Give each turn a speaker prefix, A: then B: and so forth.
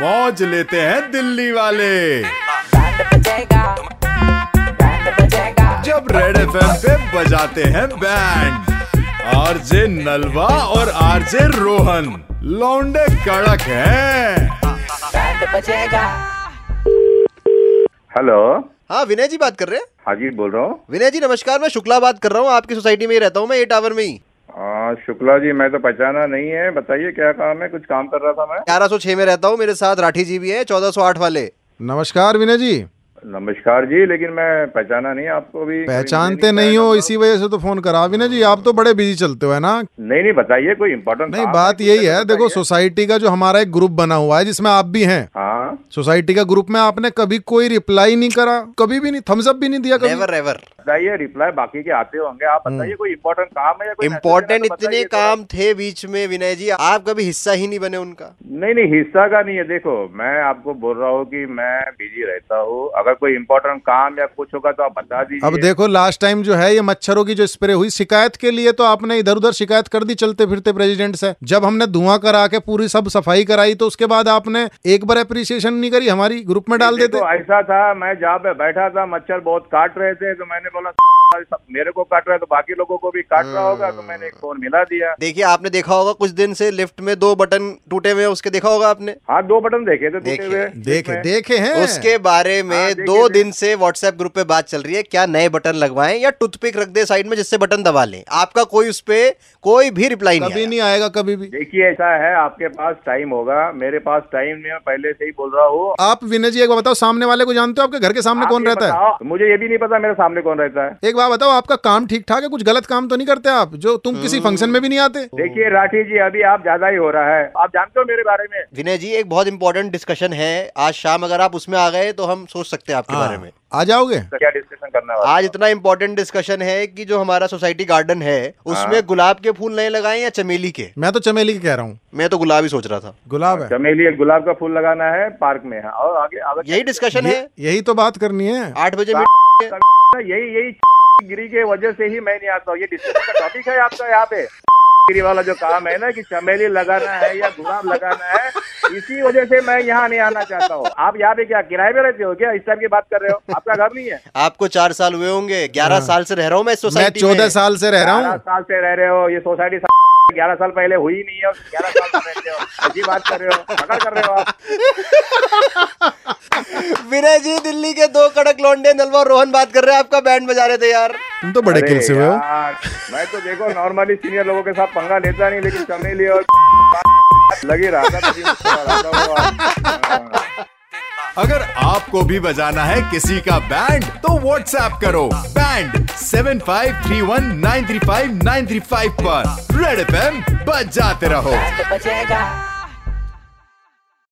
A: मौज लेते हैं दिल्ली वाले जब रेड एफ पे बजाते हैं बैंड आरजे नलवा और आरजे रोहन लौंडे कड़क हैं
B: हेलो
C: हाँ विनय जी बात कर रहे हैं
B: हाँ जी बोल रहा हूँ
C: विनय जी नमस्कार मैं शुक्ला बात कर रहा हूँ आपकी सोसाइटी में ही रहता हूँ मैं ये टावर में ही
B: आ, शुक्ला जी मैं तो पहचाना नहीं है बताइए क्या काम है कुछ काम कर रहा था मैं
C: 1106 में रहता हूँ मेरे साथ राठी जी भी हैं 1408 वाले
B: तो
D: नमस्कार विनय जी
B: नमस्कार जी लेकिन मैं पहचाना नहीं आपको भी
D: पहचानते नहीं हो इसी वजह से तो फोन करा विनय जी आप तो बड़े बिजी चलते हो है ना
B: नहीं नहीं बताइए कोई इम्पोर्टेंट
D: नहीं बात यही है देखो सोसाइटी का जो हमारा एक ग्रुप बना हुआ है जिसमें आप भी हैं
B: हाँ
D: सोसाइटी का ग्रुप में आपने कभी कोई रिप्लाई नहीं करा कभी भी नहीं थम्स अप भी नहीं दिया कभी
C: नेवर एवर
B: बताइए रिप्लाई बाकी के आते होंगे आप
D: हम्म।
B: बताइए कोई इम्पोर्टेंट काम है या कोई
C: इम्पोर्टेंट
B: message है तो बताइए
C: इतने
B: जरा।
C: काम थे बीच में विनय जी आप कभी हिस्सा ही नहीं बने उनका
B: नहीं नहीं हिस्सा का नहीं है देखो मैं आपको बोल रहा हूँ कि मैं बिजी रहता हूँ अगर कोई इम्पोर्टेंट काम या कुछ होगा तो आप बता दीजिए
D: अब देखो लास्ट टाइम जो है ये मच्छरों की जो स्प्रे हुई शिकायत के लिए तो आपने इधर उधर शिकायत कर दी चलते फिरते प्रेसिडेंट से जब हमने धुआं करा के पूरी सब सफाई कराई तो उसके बाद आपने एक बार अप्रिसिएशन नहीं करी हमारी ग्रुप में डाल देते
B: देखो, ऐसा था मैं जहाँ पे बैठा था मच्छर बहुत काट रहे थे तो मैंने बोला "सारे सब मेरे को काट रहा है तो बाकी लोगों को भी काट रहा होगा तो मैंने एक
D: हाँ।
B: फोन मिला दिया
C: देखिए आपने देखा होगा कुछ दिन से लिफ्ट में दो बटन टूटे हुए हैं, उसके देखा होगा आपने
B: हाँ दो बटन देखे थे टूटे
C: देखे,
B: हुए
D: देखे
B: इसमें।
D: देखे हैं
C: उसके बारे
B: हाँ,
C: में
B: देखिए,
C: दो
B: देखिए।
C: दिन से व्हाट्सएप ग्रुप पे बात चल रही है क्या नए बटन लगवाएं या टूथपिक रख दे साइड में जिससे बटन दबा लें आपका कोई उस पे कोई भी रिप्लाई नहीं
D: कभी
C: आया।
D: नहीं आएगा कभी भी
B: देखिए ऐसा है आपके पास टाइम होगा मेरे पास टाइम नहीं है मैं पहले से ही बोल रहा हूँ
D: आप विनय जी एक बार बताओ सामने वाले को जानते हो आपके घर के सामने
B: आप
D: कौन
B: ये
D: रहता है
B: बताओ, मुझे ये भी नहीं पता मेरे सामने कौन रहता है
D: एक बार बताओ आपका काम ठीक ठाक है कुछ गलत काम तो नहीं करते आप जो तुम किसी फंक्शन में भी नहीं आते
B: देखिए राठी जी अभी आप ज्यादा ही हो रहा है आप जानते हो मेरे बारे में
C: विनय जी एक बहुत इंपॉर्टेंट डिस्कशन है आज शाम अगर आप उसमें आ गए तो हम सोच सकते हैं आपके
D: हाँ।
C: बारे में
D: आ जाओगे
B: तो क्या डिस्कशन करने वाला
C: आज इतना इम्पोर्टेंट डिस्कशन है कि जो हमारा सोसाइटी गार्डन है
D: हाँ।
C: उसमें गुलाब के फूल नहीं लगाए या चमेली के
D: मैं तो चमेली की कह रहा हूँ
C: मैं तो गुलाब ही सोच रहा था
D: गुलाब है
B: चमेली गुलाब का फूल लगाना है पार्क में है और आगे आगे
C: यही डिस्कशन है
D: ये- यही तो बात करनी है
C: आठ बजे
B: सा-
C: meet-
B: यही यही गिरी के वजह से ही मैं नहीं आता हूँ ये डिस्कशन का टॉपिक है आपका यहाँ पे गिरी वाला जो काम है ना कि चमेली लगाना है या गुलाब लगाना है इसी वजह से मैं यहाँ नहीं आना चाहता हूँ आप यहाँ पे क्या किराए में रहते हो क्या इस टाइप की बात कर रहे हो आपका घर नहीं है
C: आपको चार साल हुए होंगे ग्यारह साल से रह रहा हूँ मैं
D: हाँ। मैं
C: सोसाइटी
D: चौदह साल से रह रहा
B: ग्यारह
D: हूँ
B: साल से रह रहे हो ये सोसाइटी ग्यारह साल पहले हुई ही नहीं है ग्यारह साल से रहते हो ऐसी बात कर रहे हो पकड़ कर रहे हो आप
C: विनय जी दिल्ली के दो कड़क लौंडे नलवा और रोहन बात कर रहे हैं आपका बैंड बजा रहे थे यार
D: तुम तो बड़े
B: अरे
D: किल से हुए हो
B: यार, मैं तो देखो नॉर्मली सीनियर लोगों के साथ पंगा लेता नहीं लेकिन चमेली और लगी रहा था तभी उसको लगाता हुआ। हाँ।
A: अगर आपको भी बजाना है किसी का बैंड तो व्हाट्सएप करो बैंड 7531935935 पर रेड एफ बजाते रहो
E: बचेगा